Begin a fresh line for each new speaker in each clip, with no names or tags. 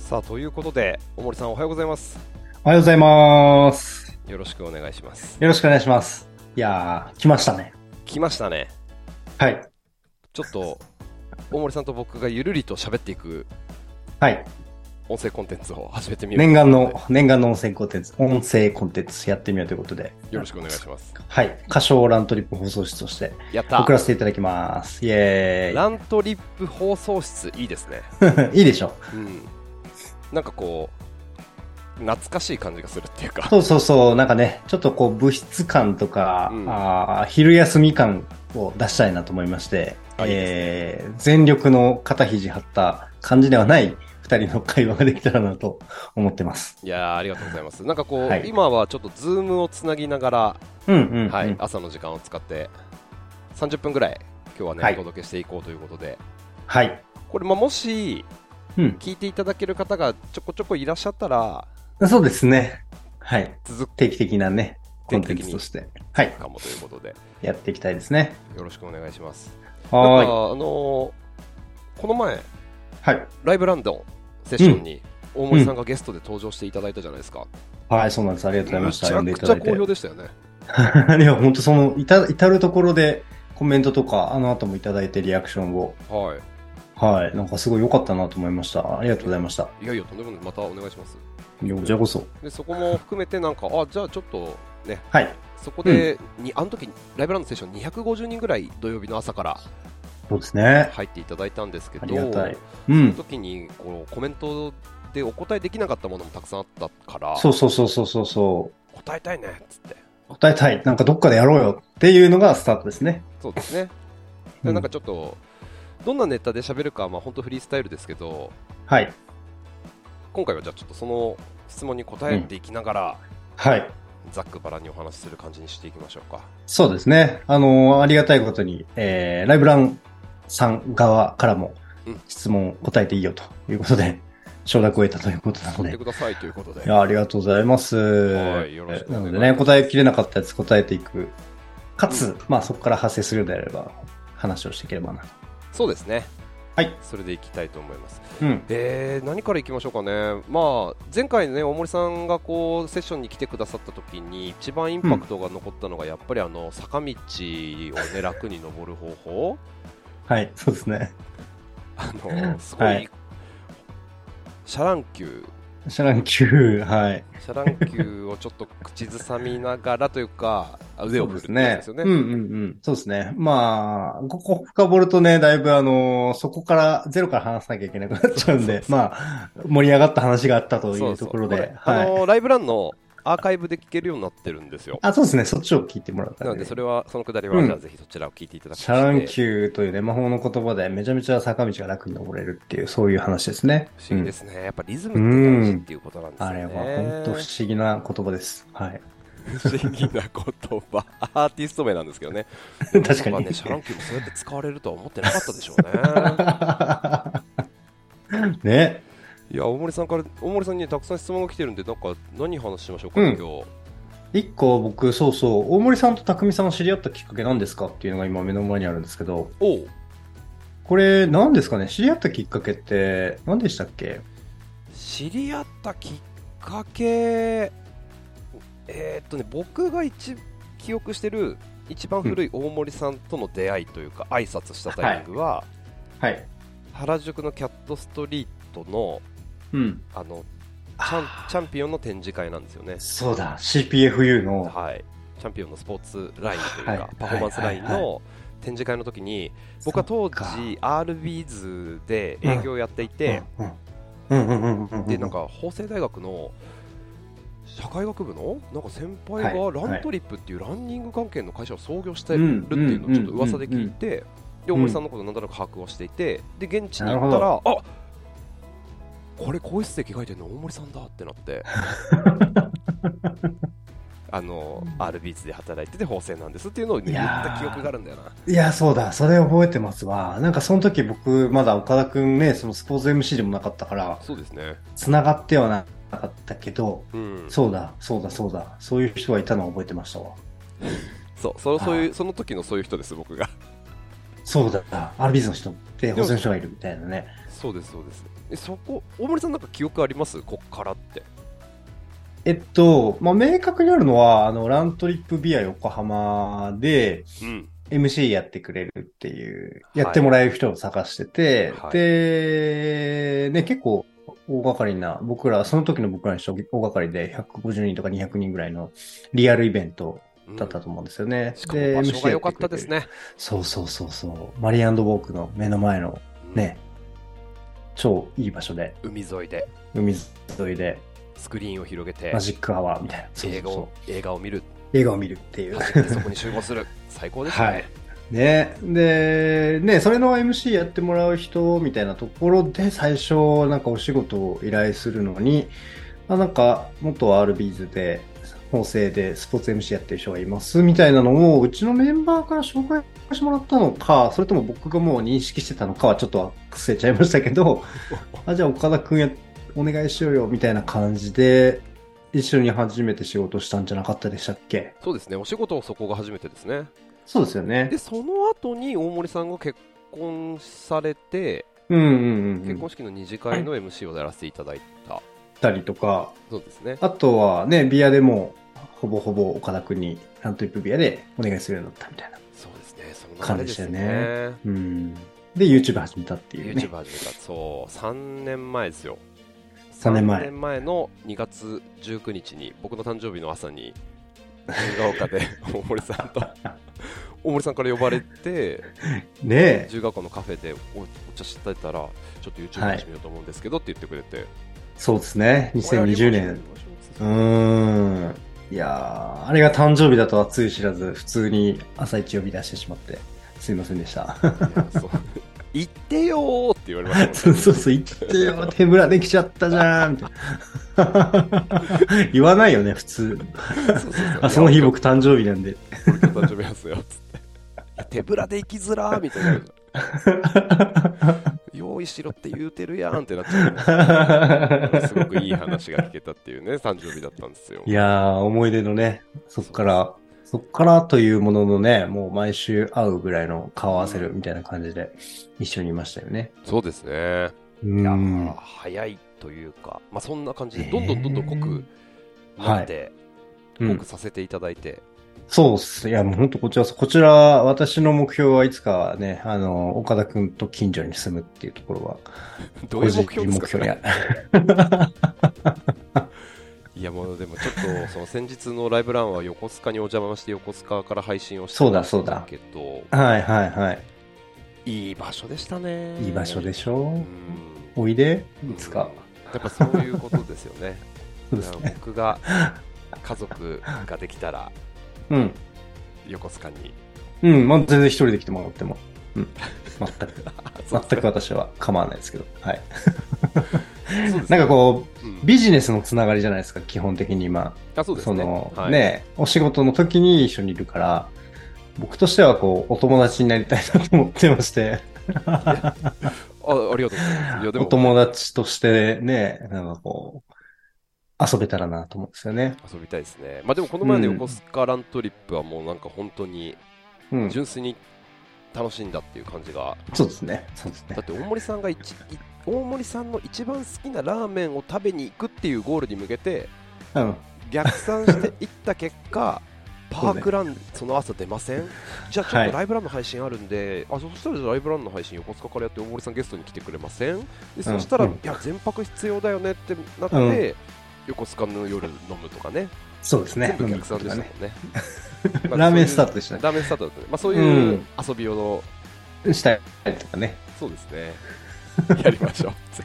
さあということで大森さんおはようございます
おはようございます。
よろしくお願いします
よろしくお願いします。いやー、来ましたね。
来ましたね
はい。
ちょっと大森さんと僕がゆるりと喋っていく
はい。
音声コンテンツを始めてみよう
念願の、念願の音声コンテンツ、音声コンテンツやってみようということで。
よろしくお願いします
はい。歌唱ラントリップ放送室として
やった
送らせていただきます。イエ
ラントリップ放送室いいですね
ー イ。いいでしょ。
うんなんかこう懐かしい感じがするっていうか
そうそうそう。なんかね、ちょっとこう、物質感とか、
うん
あー昼休み感を出したいなと思いまして、
あいいですね
えー全力の肩肘張った感じではない二人の会話ができたらなと思ってます。
いやーありがとうございますなんかこう、
はい
今はちょっとズームをつなぎながら
うんうん、うん。
はい、朝の時間を使って30分ぐらい今日はね、
はい
お届けしていこうということで
はい。
これ、まあ、もし
うん。
聞いていただける方がちょこちょこいらっしゃったら
そうですね。はい。
続く
定期的なね、コ
定
ン
期
テン
的に
ツとして。はい。
かもということで
やっていきたいですね。
よろしくお願いしますなんか
は
あのーこの前
ーい。はい。
ライブランドセッションに大森さんがゲストで登場していただいたじゃないですか、
はい、そうなんです。ありがとうございま
め
した。
ち
呼
ゃ
んでい
く
た
ち
だ
ゃ
いて
好評。でしたよね
いや、本当その、いた、至るところでコメントとか、あの後もいただいてリアクションを。
は
はい。なんかすごい良かったなと思いました。ありがとうございました。
いいやいやとんでもないまたお願いします
いやこちらこそ。
でそこも含めてなんかあじゃあちょっとね
はい。
そこでに、あの時ライブランドセッション250人ぐらい土曜日の朝から
そうですね。
入っていただいたんですけ
あ
ど
りがたい。う
その
ん。
時にこうコメントでお答えできなかったものもたくさんあったから
そうそうそうそうそうそう。
答えたいねっつって
答えたい。なんかどっかでやろうよっていうのがスタートですね。
そうですね、
う
で
ん
なんかちょっとどんなネタで喋るかまあ、本当フリースタイルですけど
はい。
今回はじゃあちょっとその質問に答えていきながら、
はい。
ざっくばらんにお話しする感じにしていきましょうか
そうですね。あの、ありがたいことに、えー、ライブランさん側からも
うん
質問答えていいよということで、承諾を得たということなの
答えて
で。
くださいということで
いや、ありがとうございます。
はいよろしくお
な
願いします
のでね、答えきれなかったやつ答えていく。かつ、
うん
まあそこから発生するのであれば、話をしていければな。
そうですね
はい
それでいきたいと思います
うん。
えー何からいきましょうかね、まあ、前回ね、大森さんがこうセッションに来てくださった時に、一番インパクトが残ったのが、やっぱりあの坂道を、ね、楽に登る方 法、
はい、そうですね。
あのすごい、
はい
シャラン級、
シャラン9、はい。
シャラン級をちょっと口ずさみながらというか、あ腕を振るって
そう
やつで
ですす
よ
ね。
ね。
うんうんうん。そうですね。まあ、ここ深掘るとね、だいぶあの、そこから、ゼロから話さなきゃいけなくなっちゃうん
そうそう
で、
そう
まあ、盛り上がった話があったとい
そうそ
ところで、
れあ
はい。
のライブランのアーカイブで聞けるようになってるんですよ。
あ、そうですね。そっちを聞いてもらった
な
ら
の
ね
で、それは、そのくだりは、
うん
じゃあぜひそちらを聞いていただき
シ
ま
ャラン
して、
級というね、魔法の言葉でめちゃめちゃ坂道が楽に登れるっていう、そういう話ですね。。
不思議ですすね、やっぱリズムって大事っていうことなんですよ
あ
ね。
れは本当不思議な言葉です。はい。
不思議な言葉 アーティスト名なんですけどね
確か
まあ
に。
ねシャランキューもそうやって使われるとは思ってなかったでしょう ね
ね。
いや大森さんから大森さんにたくさん質問が来てるんでなんか何話しましょうか、ね
うん
今日
一個僕、そうそう、大森さんと匠さんを知り合ったきっかけなんですかっていうのが今目の前にあるんですけど、
おう
これ何ですかね知り合ったきっかけって何でしたっけ
知り合ったきっかけえーっとね僕が一記憶してる一番古い大森さんとの出会いというか、挨拶したタイミングは、
はい。
原宿のキャットストリートの
うん。
あのチャンチャンピオンの展示会なんですよね
そうだ、CPFU の。
はい、チャンピオンのスポーツラインというか、
はい
パフォーマンスライン
はいはい
の展示会の時に、僕は当時 RBs で営業をやっていて、
うんうんうんうん。
でなん、か法政大学の社会学部のなんか先輩
は
が
い
ラントリップっていうランニング関係の会社を創業してるっていうのをちょっと噂で聞いて、で大森さんのことなんとなく把握をしていて、で現地に行った
なる
ら、あこれ、更衣室で着替えてるの大森さんだってなっ て。あの RBs で働いてて法制なんですっていうのをね、
い
言
やー
った記憶があるんだよな。
いや、そうだ、それ覚えてますわ。なんかその時僕、まだ岡田くんね、そのスポーツ MC でもなかったから、
そうですね。
繋がってはなかったけど、
うん。
そうだ、そうだ、そうだ、そういう人がいたのを覚えてましたわ。
そう、そう、そういう、その時のそういう人です、僕が。
そうだ、アルビズの人って、保全所がいるみたいなね。
そうですそうですえそこ大森さんなんか記憶ありますこっからって
えっと、まあ、明確にあるのは、あの、ラントリップビア横浜で
うん
MC やってくれるっていう、
はい
やってもらえる人を探してて、
はい
で、ね、結構大掛かりな、僕ら、その時の僕らにしては大掛かりで150人とか200人ぐらいのリアルイベント
うん
だったと思うんですよね。
しかも場所が良かったです
ね。
ね
そうそうそうそう。マリーボークの目の前のね、超いい場所で、
うん海沿いで
海沿いで、
スクリーンを広げて
マジックアワーみたいな。そうそ
映
う
画
そ
を映画を見る
う。映画を見るっていう。
初め てそこに集合する最高ですね、
はいね、で、ね、それの MC やってもらう人みたいなところで最初なんかお仕事を依頼するのに、あなんか元 RBs で、法制でスポーツ MC やってる人がいますみたいなのをうちのメンバーから紹介してもらったのか、それとも僕がもう認識してたのかはちょっと忘れちゃいましたけど、 あじゃあ岡田くんやお願いしようよみたいな感じで、一緒に初めて仕事したんじゃなかったでしたっけ
そうですねお仕事をそこが初めてですね
そうですよね
で。その後に大森さんが結婚されて、
うんうんうん、うん。
結婚式の二次会の MC をやらせていただいた、
ったりとか、
そうですね
あとはね、ビアでも、ほぼほぼ岡田君に、ラントリップビアでお願いするようになったみたいな。
そうですねその流れですね
感うん。で、YouTube 始めたっていうね
YouTube。始めたそう3年前ですよ
3年前
3年前の2月19日に僕の誕生日の朝に自由が丘で 大森さんと大森さんから呼ばれて
ねえ。
自由が丘のカフェでおお茶してたらちょっと YouTube
はい
始めようと思うんですけどって言ってくれて、
そうですね。2020年。う
うん
ーん。いやー、あれが誕生日だとはつゆ知らず、普通に朝一呼び出してしまって、すいません でした。
そう行ってよーって言われました
そ
も
うん
ね
そうそう、言ってよ、手ぶらできちゃったじゃん、みたい な。言わないよね、普通。
そうそうそう
あ、その日僕誕生日なんで。
俺今日誕生日なんですよつ って手ぶらで行きづらーみた いな用意しろって言うてるやんってなっちゃうすごくいい話が聞けたっていうね、誕生日だったんですよ。
いやー、思い出のね、そっから、そっからというもののね、もう毎週会うぐらいの顔合わせるみたいな感じで一緒にいましたよね。
そうですね。
う
いや、
ん。は
早いというか、まあ、そんな感じで、どんどんどんどん濃くなっ
い。
て、
うん
濃くさせていただいて、
そうっす。いや、もうほんとこちら、こちら、私の目標はいつかね、あの、岡田くんと近所に住むっていうところは、
どういう目
個
標で
人
すか、そ
に
れ
あ
いや、もうでもちょっと、その先日のライブランは横須賀にお邪魔して、横須賀から配信をして
そうだそうだ
けど、
はいはいはい。
いい場所でしたね。
いい場所でし
う
ょ
ん
おいでいつか。
やっぱそういうことですよね。
そうです
だから
ね。
僕が家族ができたら
うん。
横須賀に。
うん、まあ、全然一人で来てもらっても。うん。全く、
そうです
全く私は構わないですけど。はい。
ねそうです
な
ね
んかこう、
うん
ビジネスのつながりじゃないですか、基本的に今。
あそうです
そ
ね
の、
はい
ね、お仕事の時に一緒にいるから、僕としてはこう、お友達になりたいなと思ってまして、
あありがとうございますいやで
お
も
友達としてね、なんかこう、遊べたらなと思うんですよね。
遊びたいですねまあでもこの前の
うん
横須賀ラントリップはもうなんか本当に
うん。
純粋に楽しんだっていう感じが、
そうですね。そうですね
だっ。て大森さんが一い大森さんの一番好きなラーメンを食べに行くっていうゴールに向けて
うん。
逆算していった結 果
そ
パ
うね
ークランその朝出ま せんじゃあちょっ
は
と
い
ライブランの配信あるんで、あそそしたらじゃあライブランの配信横須賀からやって大森さんゲストに来てくれませんでそしたら、
うん
いや全泊必要だよねってなって、
うん
横須賀の夜飲むとかね
そうですね。
全部逆算でしたもんね まあ
ラーメンスタ
そう
ートでした
いうラーメンスタートだったね、まあ、そういううん遊び用の、
ね。したりとかね、
そうですね やりましょう ぜ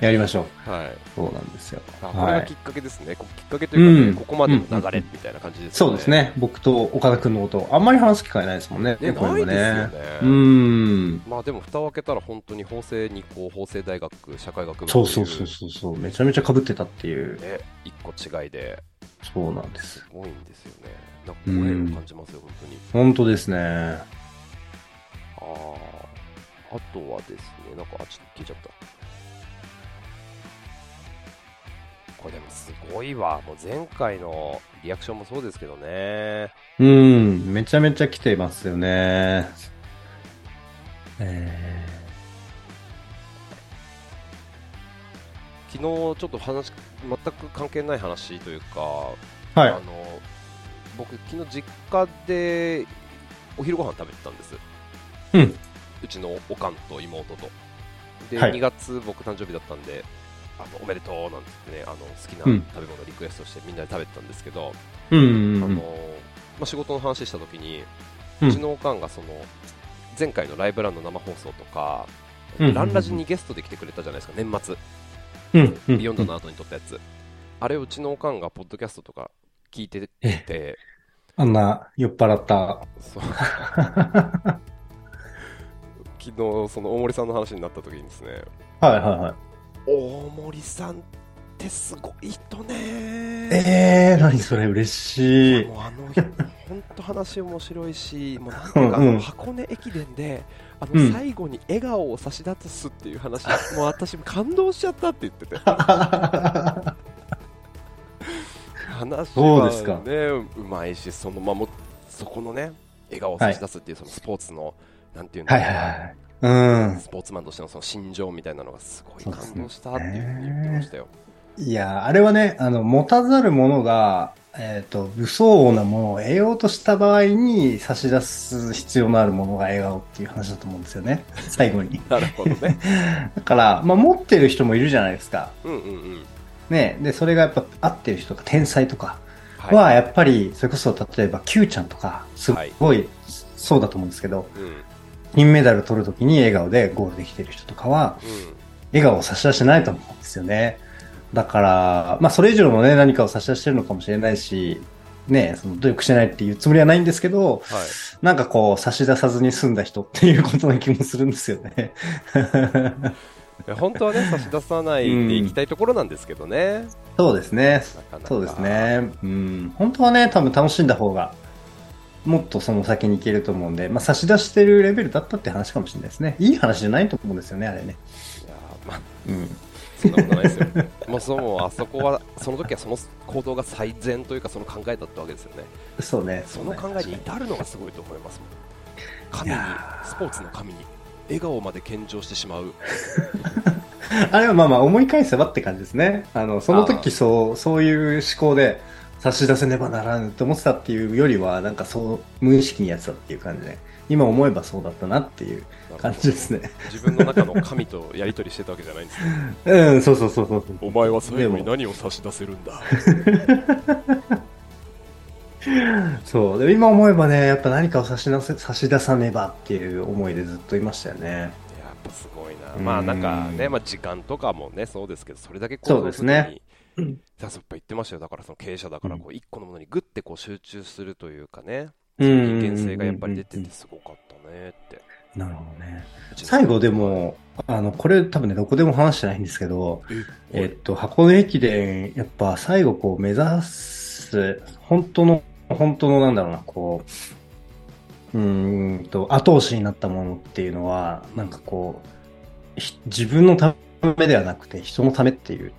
やりましょう。
ひ、はい、
そうなんですよ。
あこれが
はい
きっかけですね、こきっかけというか、ね
うん
ここまでの流れみたいな感じですね、
そうですね。僕と岡田くんのこと、あんまり話す機会ないですもんね。
ね
こ
な
うう
い
の
ですよね、
うーん。
まあでも蓋を開けたら本当に法政二高法政大学社会学部ってい
そうそうそうそうそう。めちゃめちゃ被ってたっていう。
ね一個違いで
そうなんです。
すごいんですよねなんかご縁を感じますよ、本当に
本当ですね。
あああとはですね、なんか、あ、ちょっと消えちゃった。これでもすごいわ。もう前回のリアクションもそうですけどね。
うん。めちゃめちゃ来てますよね。え
昨日ちょっと話全く関係ない話というか、
は
あの
い。
僕昨日実家でお昼ご飯食べてたんです
うん。
うちのおかんと妹とで、
はい
2月僕誕生日だったんであのおめでとうなんて言ってねあの好きな
うん
食べ物リクエストしてみんなで食べてたんですけど、
うんうん
あ
う
の
ん。
まあ、仕事の話した時に、う
うん
ちのおかんがその前回のライブランの生放送とか、
うんうんうん
ランラジにゲストで来てくれたじゃないですか年末
うんうん。
ビヨンドの後に撮ったやつ、あれうちのおかんがポッドキャストとか聞いてて
あんな酔っ払った。
そう 昨日その大森さんの話になった時にですね
はいはいはい。
大森さんってすごい人ね
えー、何それ嬉しい。
もうあ の人本当話面白いしもうなんていうか
うんうん
箱根駅伝であ
う
の
ん
最後に笑顔を差し出すっていう話、もう私感動しちゃったって言ってて話
そうですか
はねうまいしそのまあもうそこのね笑顔を差し出すっていうそのスポーツの、なんていうんだ
はい
ろう
は
ない
はい。うん。
スポーツマンとしてのその心情みたいなのがすごい
そうですね
感動したっていうふうに言ってましたよ。
いやー、あれはね、あの、持たざるものが、えっ、と、武装なものを得ようとした場合に差し出す必要のあるものが笑顔っていう話だと思うんですよね。 最後に。
なるほどね。
だから、まあ、持ってる人もいるじゃないですか。
うんうんうん。
ね。で、それがやっぱ合ってる人とか、天才とか
はい。
は、やっぱり、それこそ、例えば、Q ちゃんとか、すっごい、そうだと思うんですけど、
うんうん。
銀メダル取るときに笑顔でゴールできてる人とかは、笑顔を差し出してないと思うんですよね。だから、まあそれ以上のね、何かを差し出してるのかもしれないし、ね、その努力してないっていうつもりはないんですけど、
はい。
なんかこう差し出さずに済んだ人っていうことな気もするんですよね。
いや本当はね、差し出さないでいきたいところなんですけどね。
そうですね。
なかなか。
そうです。ね。うん。本当はね、多分楽しんだ方が、もっとその先に行けると思うんで、まあ差し出してるレベルだったって話かもしれないですね。いい話じゃないと思うんですよね、あれね。
いやーまあ、
うん。
そんなことないですよ。もうそう、もうあそこは、その時はその行動が最善というか、その考えだったわけですよね。
そうね。
その考えに至るのがすごいと思いますもん。神に
いや、
スポーツの神に、笑顔まで献上してしまう。
あれはまあまあ思い返せばって感じですね。あの、その時そう、そういう思考で差し出せねばならぬと思ってたっていうよりは、なんかそう、無意識にやってたっていう感じで、今思えばそうだったなっていう感じですね。
自分の中の神とやり取りしてたわけじゃないんですね。
うん、そうそうそうそうそう。
お前は
最後に
何を差し出せ るんだ。
そう。で今思えばね、やっぱ何かを差し出せ、差し出さねばっていう思いでずっといましたよね。
やっぱすごいな、
うん
まあなんかね、まあ、時間とかもね、そうですけど、それだけこ
そうですねうん
さすっぱ言ってましたよ、だからその経営者だから、こう一個のものにぐってこう集中するというかね、そ
う
の
ん
人間性がやっぱり出てて、すごかったねって。
なるほどね。最後でも、あの、これ多分ね、どこでも話してないんですけど、えっと、箱根駅伝、やっぱ最後こう目指す、本当の、本当のなんだろうな、こう、うーんと、後押しになったものっていうのは、なんかこう、ひ自分のためではなくて人のためっていう、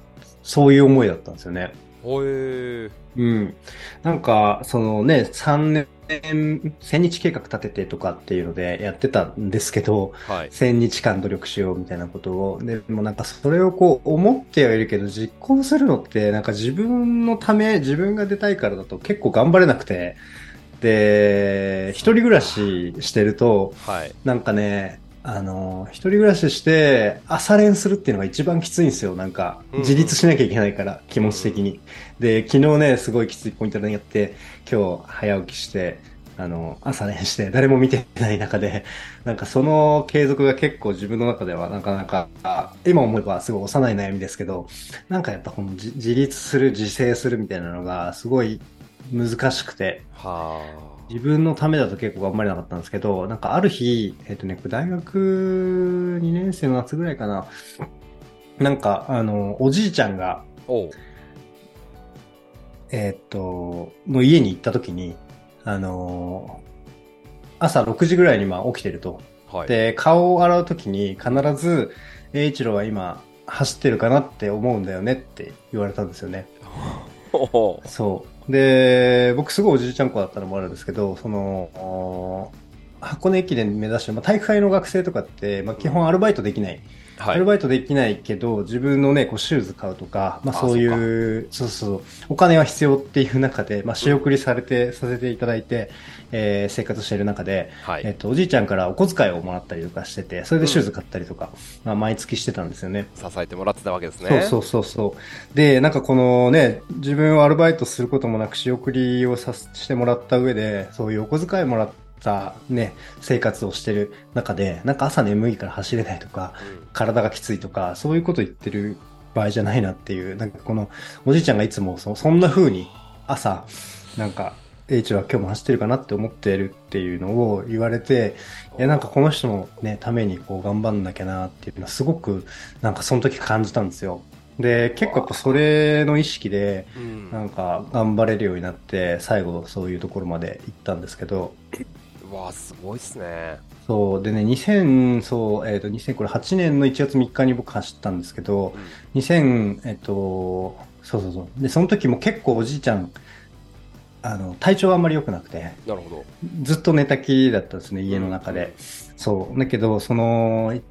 そういう思いだったんですよね。
ほえー、
うん。なんか、そのね、3年、1000日計画立ててとかっていうのでやってたんですけど、
はい、
1000日間努力しようみたいなことを、でもなんかそれをこう思ってはいるけど実行するのってなんか自分のため、自分が出たいからだと結構頑張れなくて、で、一人暮らししてると、
はい、
なんかね、あの、一人暮らしして朝練するっていうのが一番きついんですよ。なんか
うん
自立しなきゃいけないから、気持ち的に。で、昨日ね、すごいきついポイントになって、今日早起きして、あの、朝練して、誰も見てない中で、なんかその継続が結構自分の中ではなかなか、今思えばすごい幼い悩みですけど、なんかやっぱこの自自立する、自制するみたいなのがすごい難しくて、
はあ、
自分のためだと結構頑張れなかったんですけど、なんかある日、えっ、とね、これ大学2年生の夏ぐらいかな、なんか、あの、おじいちゃんが、
おう
えっ、と、の家に行った時に、あの朝6時ぐらいにまあ起きてると。
はい、
で、顔を洗う時に必ず、栄一郎は今走ってるかなって思うんだよねって言われたんですよね。
おう
そう。で、僕すごいおじいちゃん子だったのもあるんですけど、その、お箱根駅伝目指してる、まあ、体育会の学生とかって、まあ、基本アルバイトできない
はい
アルバイトできないけど、自分のね、こうシューズ買うとか、まあ
あ
そういう、そうそう、お金は必要っていう中で、まあ仕送りされて、させていただいて、えー生活している中で、
は
えっ
い。
と、おじいちゃんからお小遣いをもらったりとかしてて、それでシューズ買ったりとか、まあ毎月してたんですよね。
支えてもらってたわけですね。
そうそうそうそう。で、なんかこのね、自分をアルバイトすることもなく仕送りをさせしてもらった上で、そういうお小遣いもらったね、生活をしてる中で、なんか朝眠いから走れないとか、
うん
体がきついとか、そういうこと言ってる場合じゃないなっていう、なんかこのおじいちゃんがいつもそそんな風に朝、なんか、H は今日も走ってるかなって思ってるっていうのを言われて、いやなんかこの人のね、ためにこう頑張んなきゃなっていうのはすごくなんかその時感じたんですよ。で、結構やっぱそれの意識で、
うん
なんか頑張れるようになって、最後そういうところまで行ったんですけど、
うわあすごいっすね。
そう、でね、2000、そう、えっ、と、2008年の1月3日に僕走ったんですけど、2000、えっと、そうそうそう。で、その時も結構おじいちゃん、あの、体調はあんまり良くなくて、
なるほど。
ずっと寝たきりだったんですね、家の中で。そう。だけど、その、い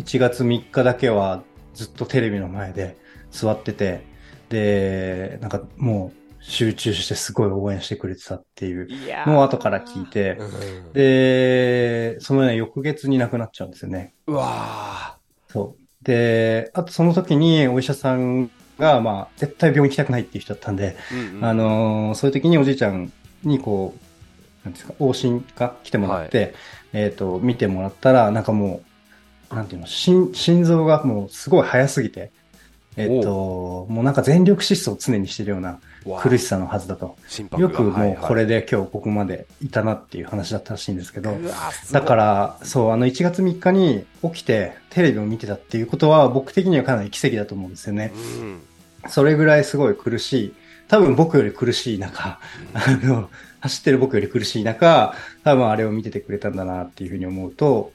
1月3日だけはずっとテレビの前で座ってて、で、なんかもう集中してすごい応援してくれてたっていう
いやー
のを後から聞い。て
う、ん
で、そのような翌月に亡くなっちゃうんですよね。
うわ
そう。で、あとその時にお医者さんが、まあ、絶対病院行きたくないっていう人だったんで、
ーうんうん
あのーそういう時におじいちゃんにこう、なんですか、往診が来てもらって、えっ、と、見てもらったら、なんかもう、なんていうの、心、心臓がもうすごい速すぎて、えっ、と、もうなんか全力疾走を常にしてるような
うわー
苦しさのはずだと。
心拍が
よく
はい
もう
はい
これで今日ここまでいたなっていう話だったらしいんですけど、
うわーすごい
だから、そう、あの、1月3日に起きてテレビを見てたっていうことは、僕的にはかなり奇跡だと思うんですよね。
うん
それぐらいすごい苦しい。多分僕より苦しい中、あの、走ってる僕より苦しい中、多分あれを見ててくれたんだなっていうふうに思うと、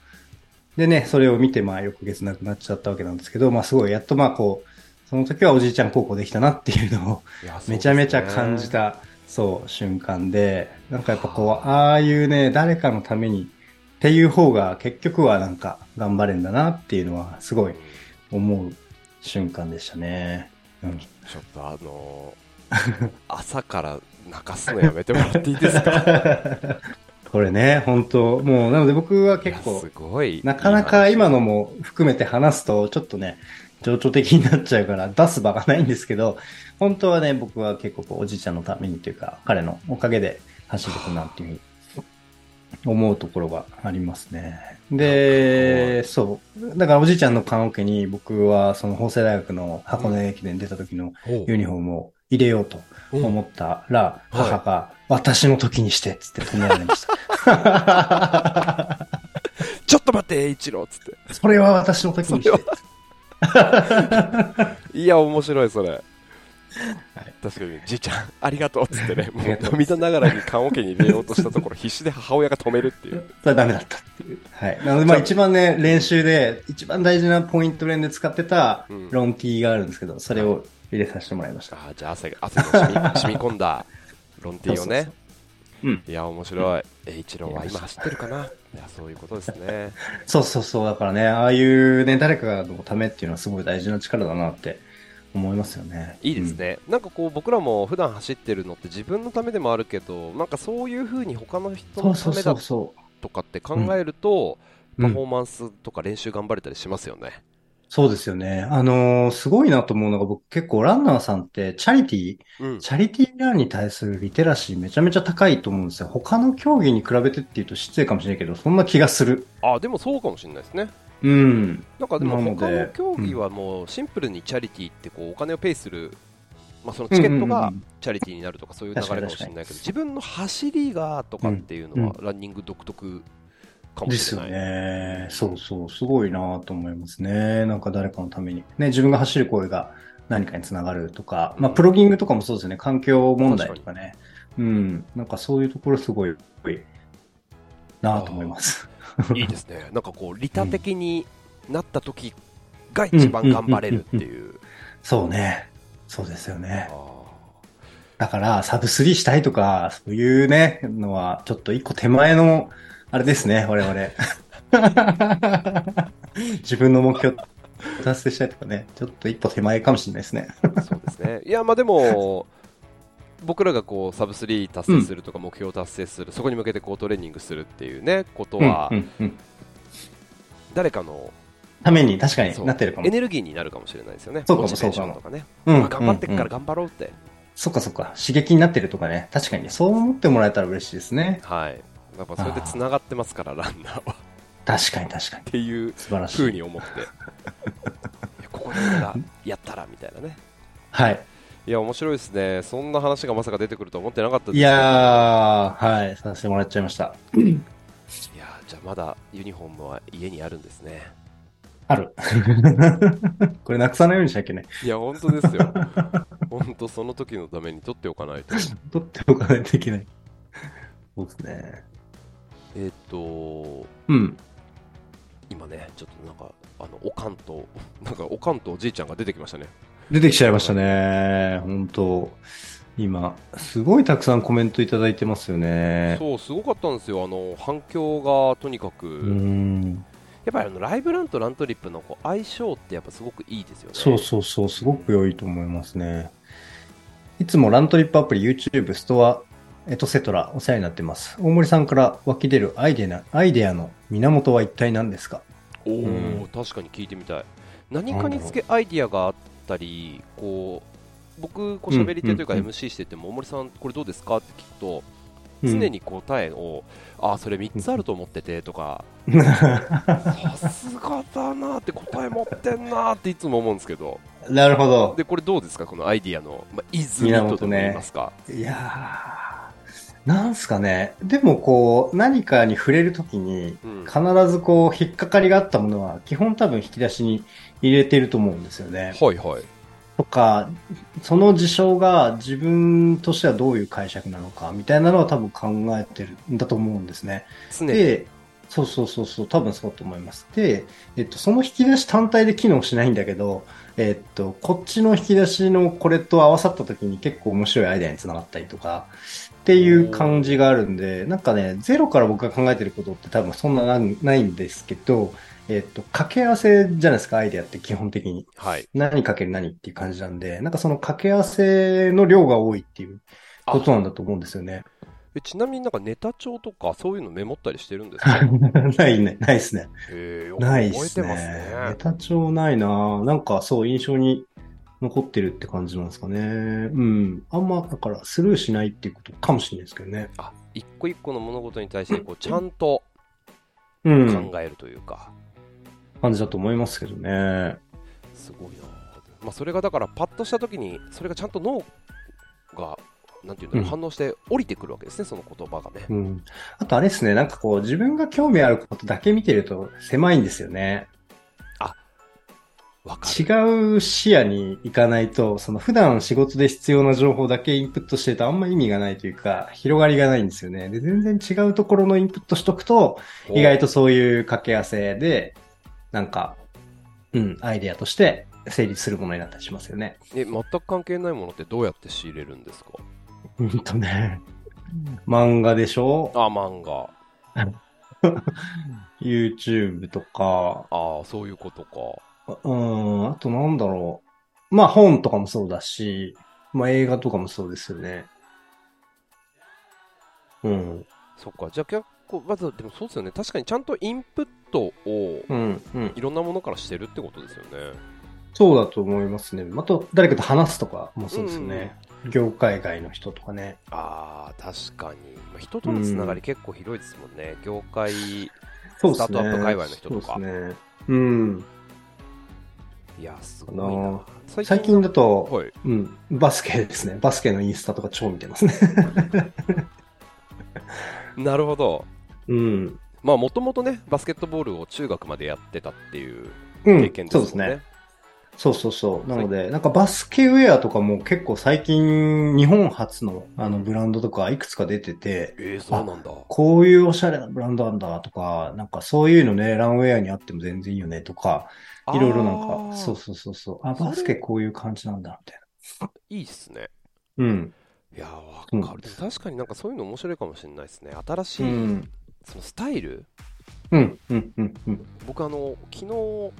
でね、それを見て、まあ、翌月亡くなっちゃったわけなんですけど、まあ、すごい、やっとまあ、こう、その時はおじいちゃん高校できたなっていうのを、
いやそうですね
めちゃめちゃ感じた、そう、瞬間で、なんかやっぱこう、ああいうね、誰かのためにっていう方が結局はなんか頑張れんだなっていうのはすごい思う瞬間でしたね。うん、
ちょっとあのー 朝から泣かすのやめてもらっていいですか
これね、本当もう、なので僕は 結
いや
構
す、ごい
なかなか今のも含めて話すと、ちょっとね、情緒的になっちゃうから出す場がないんですけど、本当はね、僕は結構こうおじいちゃんのためにというか、彼のおかげで走れたなっていうふうに思うところがありますね。で、そう。だからおじいちゃんの棺桶に僕はその法政大学の箱根駅伝出た時の
おう
ユニフォームを入れようと思ったら、
うんはい
母が私の時にしてっつって止められました。
ちょっと待って一郎っつっ
それは私の時にしてっつって
ていや面白いそれ、
い
確かにじいちゃんありがとうっつってねも
ありがとう
う涙ながらに棺桶に入れようとしたところ必死で母親が止めるっていう
それはダメだったっていう。はい。なので、まあ一番ね、練習で、一番大事なポイント練で使ってた
うん
ロンティーがあるんですけど、それを入れさせてもらいました。
あーじゃあ汗が汗の染み 染み込んだロンティーをね
うん。
いや面白いえ一郎は今走ってるかないやそういうことですね
そうそうそう。だからね、ああいうね、誰かのためっていうのはすごい大事な力だなって思いますよね。
いいですね、なんかこう僕らも普段走ってるのって自分のためでもあるけどなんかそういうふうに他の
う
人
ん。そ
の
う
た
そう
め
そ
だ
うそ
とかって考えると
う。う
パ
ん
フォーマンスとか練習頑張れたりしますよね、
そうですよね。あのーすごいなと思うのが僕結構ランナーさんってチャリティー、
うん
チャリティーランに対するリテラシーめちゃめちゃ高いと思うんですよ。他の競技に比べてっていうと失礼かもしれないけど、そんな気がする。
あでもそうかもしれないですね
うん。
なんかでも
なの
他
で
の競技はもうシンプルにチャリティーってこうお金をペイする、まあ、そのチケット
うんうんう
が
ん
チャリティーになるとかそういう流れかもしれないけど自分の走りがとかっていうのはランニング独特かも
で
し
す
れな
よ
い、
ね。そうそう、すごいなと思いますね。なんか誰かのために。ね、自分が走る声が何かにつながるとか、まあ、プロギングとかもそうですよね。環境問題とかね。うん。なんかそういうところすごい、多いなと思います。
いいですね、なんかこう、利他的になった時が一番頑張れるっていう、
そうね。そうですよ
あ
ね。
ー
だから、サブ3したいとか、そういうね、のは、ちょっと一個手前の、 あれですね、我々。自分の目標達成したいとかね、ちょっと一歩手前かもしれないですね。
そうですね。いや、まあでも、僕らがこうサブ3達成するとか、目標達成する、そこに向けてこうトレーニングするっていうね、ことは
う、んうんうん
誰かの
ために確か
そ
に
う
なってるかも
エ。ネルギーになるかもしれないですよね、
そうかも
モチベーションとかね、
うん
まあ頑張ってっか
う
ら
ん
頑張ろうって、
そっかそっか。刺激になってるとかね。確かに。そう思ってもらえたら嬉しいですね。
はい、やっぱそれでつながってますから、ランナーは
確かに確かに
っ。ていう
素晴らし
ふう
い。
に思 って、いやここで俺がやったらみたいなね、
はい。
いや、面白いですね、そんな話がまさか出てくるとは思ってなかったです
いやー、はい。させてもらっちゃいました。
いやじゃあまだユニフォームは家にあるんですね。
ある。 これなくさないようにしなきゃね。
いや、本当ですよ。 本当、その時のために取っておかないと。
取っておかないといけない。そうですね。
えっと、
うん。
今ね、ちょっとなんか、あの、おかんと、 なんか、おかんとおじいちゃんが出てきましたね。
出てきちゃいましたね。本当今、すごいたくさんコメントいただいてますよね。
そう、すごかったんですよ。あの、反響がとにかく、
ううん。
やっぱりあの、ライブランとラントリップのこう相性ってやっぱすごくいいですよね。
そうそうそう、すごく良いと思いますね。いつもラントリップアプリ、YouTube、ストア、エトセトラ、お世話になってます。大森さんから湧き出るアイデアなアイデアの源は一体何ですか
おお、
うん
確かに聞いてみたい何かにつけアイディアがあったりこう僕こう喋り手というか
うんうん
MC してても、大森さんこれどうですかって聞くと常。に答えを、ああそれ3つあると思っててとか、
うん
さすがだなって答え持ってんなっていつも思うんですけど
なるほど。
でこれどうですかこのアイディアの、まあ、イズミとでも言いますか、
いやー、なんすかね。でもこう、何かに触れるときに、
うん
必ずこう、引っかかりがあったものは、基本多分引き出しに入れてると思うんですよね。
はいはい
とか、その事象が自分としてはどういう解釈なのか、みたいなのは多分考えてるんだと思うんですね。
常に
で、そうそうそうそう、多分そうだと思います。で、えっと、その引き出し単体で機能しないんだけど、えっと、こっちの引き出しのこれと合わさった時に結構面白いアイデアにつながったりとか、っていう感じがあるんで、なんかね、ゼロから僕が考えてることって多分そんななんないんですけど、えっと、掛け合わせじゃないですか、アイデアって基本的に。
はい
何かける何っていう感じなんで、なんかその掛け合わせの量が多いっていうことなんだと思うんですよね。
えちなみになんかネタ帳とかそういうのメモったりしてるんですか
ないね、ないですね。
へえよく
ないっ
覚え
す
て
ね。
ます
ネ
ね
タ帳ないなぁなんかそう印象に残ってるって感じなんですかね。うん。あんま、だからスルーしないっていうことかもしれないですけどね。
あ一個一個の物事に対してこうちゃんと
うん。
考えるというか、
感じだと思いますけどね。
すごいな、まあ、それがだからパッとした時にそれがちゃんと脳がなんていうんだろう、
うん
反応して降りてくるわけですねその言葉がね、
うん。あとあれですね、なんかこう自分が興味あることだけ見てると狭いんですよね。
わかる
違う視野に行かないと、その普段仕事で必要な情報だけインプットしてるとあんま意味がないというか、広がりがないんですよね。で、全然違うところのインプットしとくと、
ほう
意外とそういう掛け合わせで、なんか、うん、アイデアとして成立するものになったりしますよね。
え全く関係ないものってどうやって仕入れるんですか
うんとね。漫画でしょ
あ漫画
?YouTube とか、
ああそういうことか
うん、あとなんだろう。まあ本とかもそうだし、まあ映画とかもそうですよね。うん。
そっかじゃあ結構まずでもそうですよね確かにちゃんとインプットを
うん、うん。
いろんなものからしてるってことですよね
そうだと思いますね。あと、誰かと話すとかもそうですよね。業界外の人とかね。
あー確かに、まあ、人とのつながり結構広いですもんね、業界
そうですね。
スタートアップ界隈の人とか
そうですね。うん。
いやすごいな、
あの
最
最近だと、
はい
うん、バスケですね。バスケのインスタとか超見てますね。
なるほど
うん。
まあもともとねバスケットボールを中学までやってたっていう
う
経
ん
験、です
そう
もんね、
ですね。そうそうそう。なので、なんかバスケウェアとかも結構最近日本初のあのブランドとかいくつか出てて、
えー、そうなんだ
こういうおしゃれなブランドなんだとか、なんかそういうのね、ランウェアにあっても全然いいよねとか、いろいろなん
あー
か、そうそうそうそう。あ、
それ
バスケこういう感じなんだ、みたい
いいっすね
な。うん。
いやわ
そう
か
なん
る、
で
ですも確かになんかそういうの面白いかもしれないですね新し
う
い、
ん。
そのスタイル
うん、うん、うん、うん。
僕あの昨日一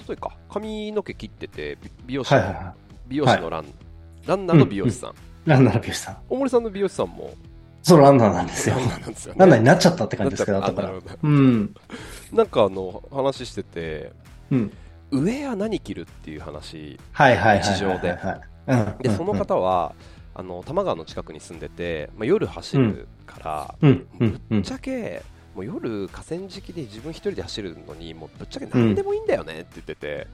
昨日か髪の毛切っててび美容師
はい
の、
はいは
美容師のラン、ランナーの美容師さん、
い。ランナーの美容師さん。
大森さんの美容師さんも
そう、ランナーなんです
ラ
よ。
ンナーなんですよね
ランナーになっちゃったって感じですけど、
なっちゃ
後
った
か
あな。
ら
るほど
うん。
なんかあの話してて
うん。
ウェア何着るっていう話
はいはいはいはいはい。
日常で
うん。うん。
でその方は、あの多摩川の近くに住んでて、まあ、夜走るから、
うん。うん。う
ぶ
ん
っち。ゃけもう夜河川敷で自分一人で走るのにもうぶっちゃけ何でもいいんだよねって言ってて、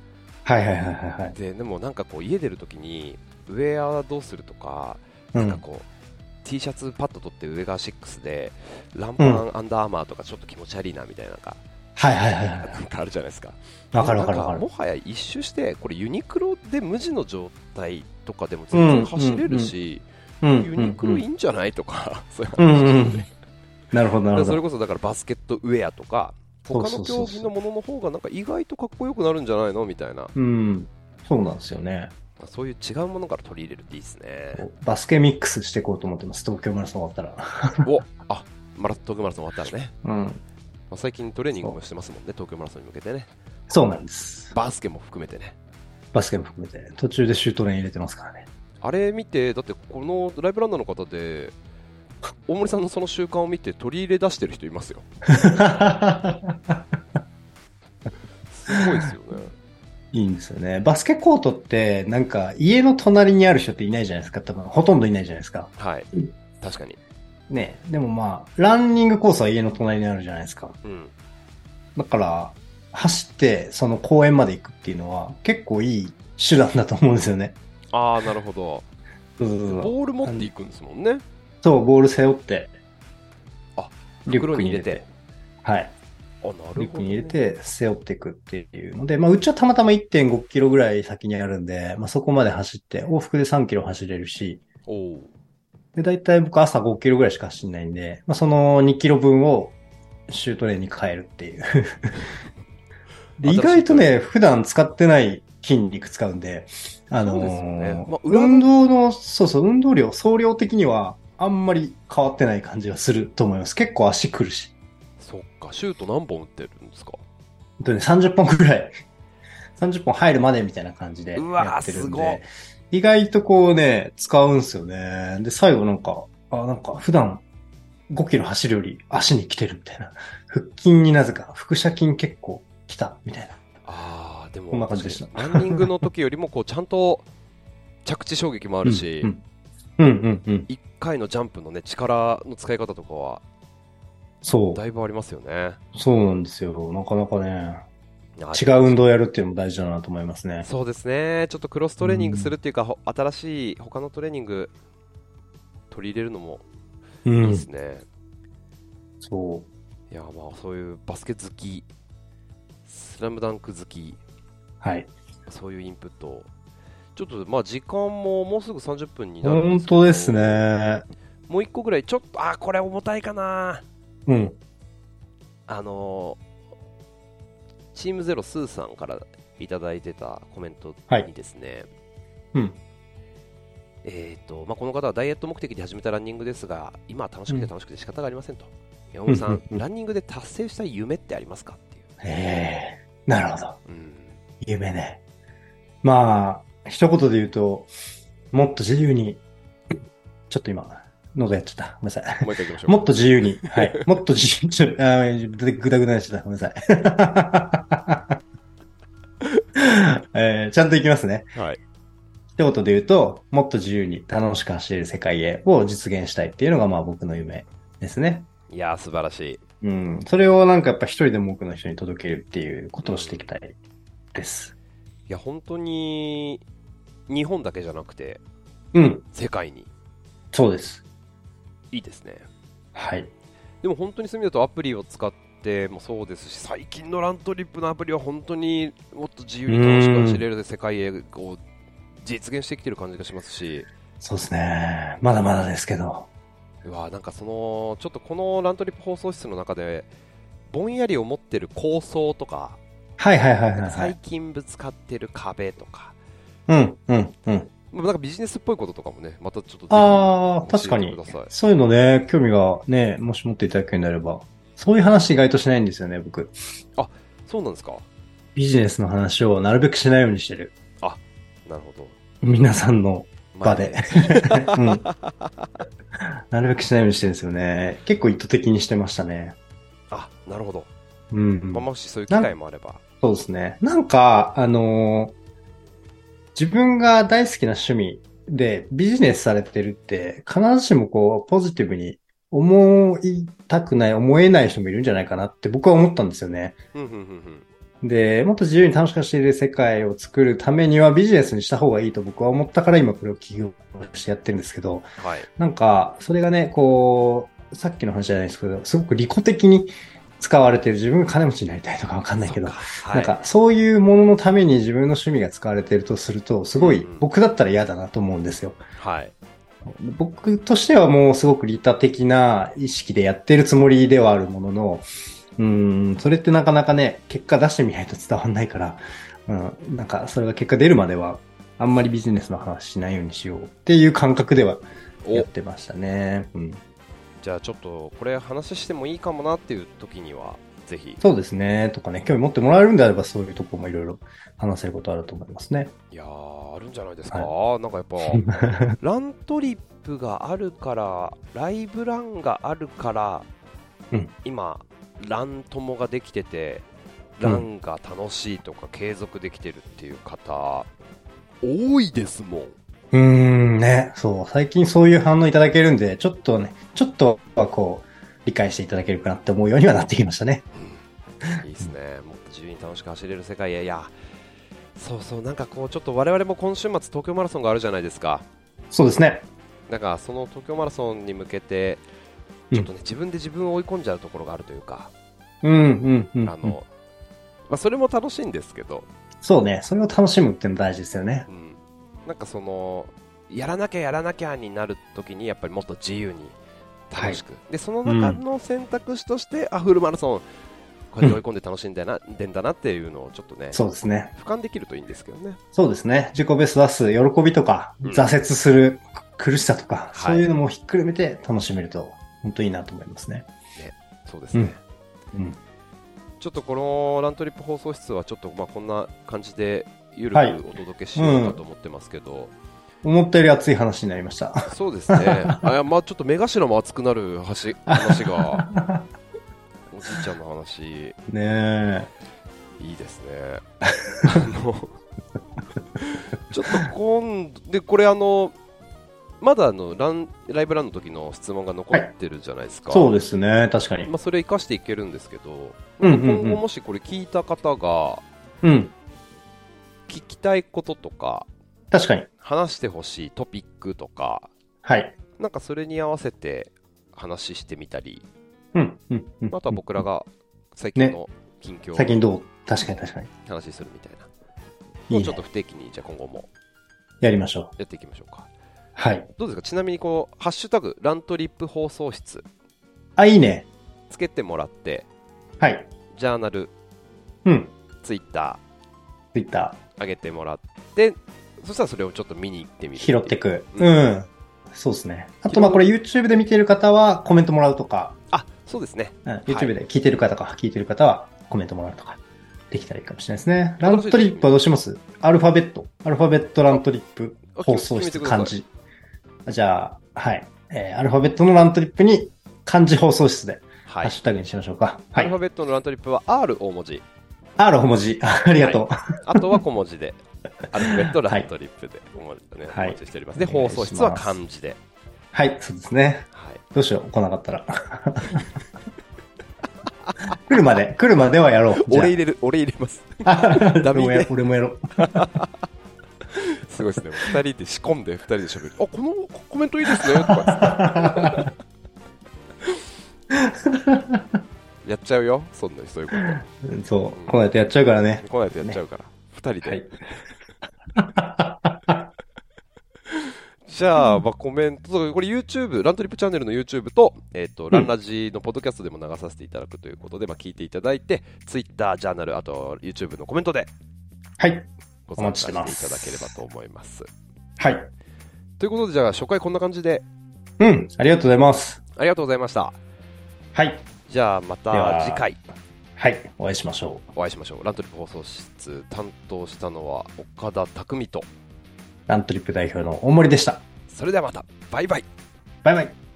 はいはいはいはいはい。
ででもなんかこう家出るときにウェアどうするとか
う
なんか
ん。
こう、T シャツパッと取って上が6でランパンアンダーアーマーとかちょっと気持ち悪いなみたいななんか,、
はいはいはいは
なんかあるじゃないですか
い。わかるわかるわ
な
か
んも。
る
はや一周してこれユニクロで無地の状態とかでも全然走れるし、
うんうん
ユニクロいいんじゃないとか、 そういう
う
話
んう
して
ん。なるほどな
だから
るほ
それ
ど。
こそだからバスケットウェアとか
そう
他
そ
の
うそ
競
うそう
技のものの方がなんか意外とかっこよくなるんじゃないのみたいな
うん。そうなんですよね。
そういう違うものから取り入れるっていいですね
バスケミックスしていこうと思ってます。東京マラソン終わったら。
おあマラ東京マラソン終わったらね、
うん。
まあ、最近トレーニングもしてますもんね東京マラソンに向けてね
そうなんです。
バスケも含めてね
バスケも含めて。途中でシュート練入れてますからね。
あれ見てだってこのライブランナーの方で大森さんのその習慣を見て取り入れ出してる人いますよすごいです よね
いいんですよね。バスケコートって、なんか、家の隣にある人っていないじゃないですか。多分、ほとんどいないじゃないですか。
はい確かに
ね。でもまあ、ランニングコースは家の隣にあるじゃないですか。
うん
だから、走って、その公園まで行くっていうのは、結構いい手段だと思うんですよね。
ああなるほど
そうそうそう
ボール持っていくんですもんね
そう、ボール背負って。
あ、
リュ
袋
ック
に
に
入
入
れ
れ
て
て。はい。
あなるほど
リュックに入れて、背負っていくっていうので、まあ、うちはたまたま1.5キロぐらい先にあるんで、まあ、そこまで走って、往復で3キロ走れるし、
おお
で、大体僕朝5キロぐらいしか走んないんで、まあ、その2キロ分をシュートレーンに変えるっ ていう。で
新し
意
いトレー
外とね、普段使ってない筋肉使うんで、あの
そう
ー
ですよねまあ裏の
運動の、そうそう、運動量、総量的にはあんまり変わってない感じはすると思います。結構足くるし。
そっかシュート何本打ってるんですか
本当に30本ぐらい、30本入るまでみたいな感じで
うわー
やってるん
すごっ
で、意外とこうね、使うんすよね。で、最後なんか、あ、なんか普段5キロ走るより足に来てるみたいな。 腹筋になぜか、腹斜筋結構来たみたいな。
ああでも
こんな感じでした
確かにランニングの時よりもこうちゃんと着地衝撃もあ
あ
るし、
うんうん、うんうんうん。
1回のジャンプのね力の使い方とかは
そ
だいぶありますよね
う。そうなんですよ。なかなかね、
あ
違う運動をやるっていうのも大事だなと思いますね。
そうですねちょっとクロストレーニングするっていうか、ほ新しい他のトレーニング取り入れるのも
う
いいです
ん。
ね、
そ
いやまあそういうバスケ好きスラムダンク好き
う。はい。
そういうインプットをちょっとまあ時間ももうすぐ30分になるんで
本
すけど
当ですね。
もう1個ぐらいちょっとあーこれ重たいかな
うん。
あのーチームゼロスーさんからいただいてたコメント
はい
にですね、
うん
えーとまあ、この方はダイエット目的で始めたランニングですが今は楽しくて楽しくて仕方がありませんと、山本さ
うんんうんうん
ランニングで達成したい夢ってありますかっていう、
ええなるほど。
うん、
夢ね。まあ、一言で言うと、もっと自由に、ちょっと今、喉やっちゃった。ごめんなさい。
もう一回いきましょう
もっと自由に、はい。もっと自由に、ちょあーぐだぐだになっちゃった。ごめんなさい。 えーちゃんといきますね。
はい、
一言で言うと、もっと自由に楽しく走れる世界へを実現したいっていうのが、まあ僕の夢ですね。
いやー素晴らしい
うん。それをなんかやっぱ一人でも多くの人に届けるっていうことをしていきたいです。
いや本当に日本だけじゃなくて
うん。
世界に
そうです。
いいですね
はい。
でも本当にそういう意味だとアプリを使ってもそうですし最近のラントリップのアプリは本当にもっと自由に楽しく走れる世界へこう実現してきてる感じがしますし
そうですね。まだまだですけど。
うわなんかそのちょっとこのラントリップ放送室の中でぼんやり思ってる構想とか
はいはいはいはい、は
最
い。
近ぶつかってる壁とか
うん、うん、うん。
まあなんかビジネスっぽいこととかもねまたちょっとぜひ
ああ、
教え
確か
て
に
くだ。さい
そういうのね、興味がね、もし持っていただくようになれば。そういう話意外としないんですよね、僕。
そうなんですか
ビジネスの話をなるべくしないようにしてる。
なるほど。
皆さ んの場で。
前
うん、なるべくしないようにしてるんですよね。結構意図的にしてましたね。
あ、なるほど。
うん
まあ、。もしそういう機会もあれば。
そうですね。なんか、あのー自分が大好きな趣味でビジネスされてるって、必ずしもこう、ポジティブに思いたくない、思えない人もいるんじゃないかなって僕は思ったんですよね。
うんうんうんうん。
で、もっと自由に楽しくしている世界を作るためにはビジネスにした方がいいと僕は思ったから今これを起業してやってるんですけど、
はい。
なんか、それがね、こう、さっきの話じゃないですけど、すごく利己的に使われてる自分が金持ちになりたいとかわかんないけど
そっ、か
なんか、そういうもののために自分の趣味が使われてるとすると、すごい
うん
僕だったら嫌だなと思うんですよ。
はい。はい
僕としてはもうすごく利他的な意識でやってるつもりではあるものの、うん、それってなかなかね、結果出してみないと伝わんないから、うん、なんかそれが結果出るまでは、あんまりビジネスの話しないようにしようっていう感覚ではやっ
お
てましたね。うん、
じゃあちょっとこれ話してもいいかもなっていう時にはぜひ
そうですね。とかね、興味持ってもらえるんであればそういうとこもいろいろ話せることあると思いますね。
いやーあるんじゃないですか、なんかやっぱ ラントリップがあるからライブランがあるから、
うん
今ラン友ができててランが楽しいとか継続できてるっていう方、多いですもん
うーん、ね、そう。最近そういう反応いただけるんで、ちょっとね、ちょっとはこう、理解していただけるかなって思うようにはなってきましたね。
いいです ね、もっと自由に楽しく走れる世界へ、いや、そうそう、なんかこう、ちょっと我々も今週末、東京マラソンがあるじゃないですか、
そうですね。
なんかその東京マラソンに向けて、
うん
ちょっとね、自分で自分を追い込んじゃうところがあるというか、
うん、うん、うん。
あのまあ、それも楽しいんですけど、
そうね。それを楽しむっていうの大事ですよね
う。ん、なんかその、やらなきゃやらなきゃになるときに、やっぱりもっと自由に楽しく、でその中の選択肢として、あ、フルマラソン、こうやって追い込んで楽しんでな、でんだなっていうのを、ちょっとね、
そうですね。
俯瞰できるといいんですけどね。
そうですね。自己ベスト出す喜びとか、
うん
挫折する苦しさとか、
はい
そういうのもひっくるめて楽しめると、本当いいなと思いますね。
そうですね、
うんうん。
ちょっとこのラントリップ放送室はちょっとまあこんな感じでゆる
はい
くお届けしようかと思ってますけど、
思ったより熱い話になりました。
そうですねあいやまあちょっと目頭も熱くなる話話がおじいちゃんの話
ね
いいですねあのちょっと今度でこれあのまだあのランライブランの時の質問が残ってるじゃないです
え。
か、
そうですね。確かに
ま。あ、それ生かしていけるんですけど、
うんうんうん
今後もしこれ聞いた方が
うん。
聞きたいこととか
確かに。
話してほしいトピックとか
はい。
なんかそれに合わせて話してみたり
うん、うん、うん。
あとは僕らが最近の近況
最近
を
どう確かに確かに。
話するみたいない
い
もう
ね
ちょっと不定期にじゃあ今後も
やりましょ
やっていきましょうか
う。はい。
どうですかちなみにこう「ハッシュタグラントリップ放送室
あ、いいね。」
つけてもらって
はい。
ジャーナル
うん。
ツイッタ
Twitter
ー上げてもらってそしたらそれをちょっと見に行ってみる
拾ってく。
う
うんん。そうですね。あと、まあ、これ YouTube で見てる方はコメントもらうとか、
あそうですね
うん、YouTube で聞いてる方か、聞いてる方はコメントもらうとか、できたらいいかもしれないですね。ラントリップはどうしますアルファベット。アルファベットラントリップ
あ
放送
決
室
めてください
漢字。じゃあ、はい。えーアルファベットのラントリップに漢字放送室で、
は
ハッ
い
シュタグにしましょうか。は
アル
い
ファ。ベットのラントリップは R 大文字
R 小文字。ありがとう。
あとは小文字で、アルファベット、ラントリップでおも、ね
はい
お待ちしております。で、
お願
放
いします
送室は漢字で。
はい、そうですね。
はい、
どうしよう、来なかったら。来るまで、来るまではやろう。
俺入れる、俺入れます。
れ
ダメ
俺もや
ね
俺もやろう。
すごいですね。2人で仕込んで、2人で喋る。あ、このコメントいいですねとか言って やっちゃうよ、そんなそういうこ
そう、こうやってやっちゃうからね
と。。こうやってやっちゃうから、二2人で。
はい。
じゃあ、まあ、コメントとか、これ YouTube、ラントリップチャンネルの YouTube と、えっ、と、ランラジのポッドキャストでも流させていただくということで、まあ、聞いていただいて、Twitter、ジャーナル、あと YouTube のコメントで
はい。
ご
お
参加
待ち
し
してて
い
ます
ただければと思います。
はい。
ということで、じゃあ、初回こんな感じで、
うん、ありがとうございます。
ありがとうございました。
はい。
じゃあ、ま
で
た
は
次回。
はい、お会いしましょう。
お会いしましょうラントリップ放送室担当したのは岡田匠と
ラントリップ代表の大森でした。
それではまたバイバイ
バイバイ。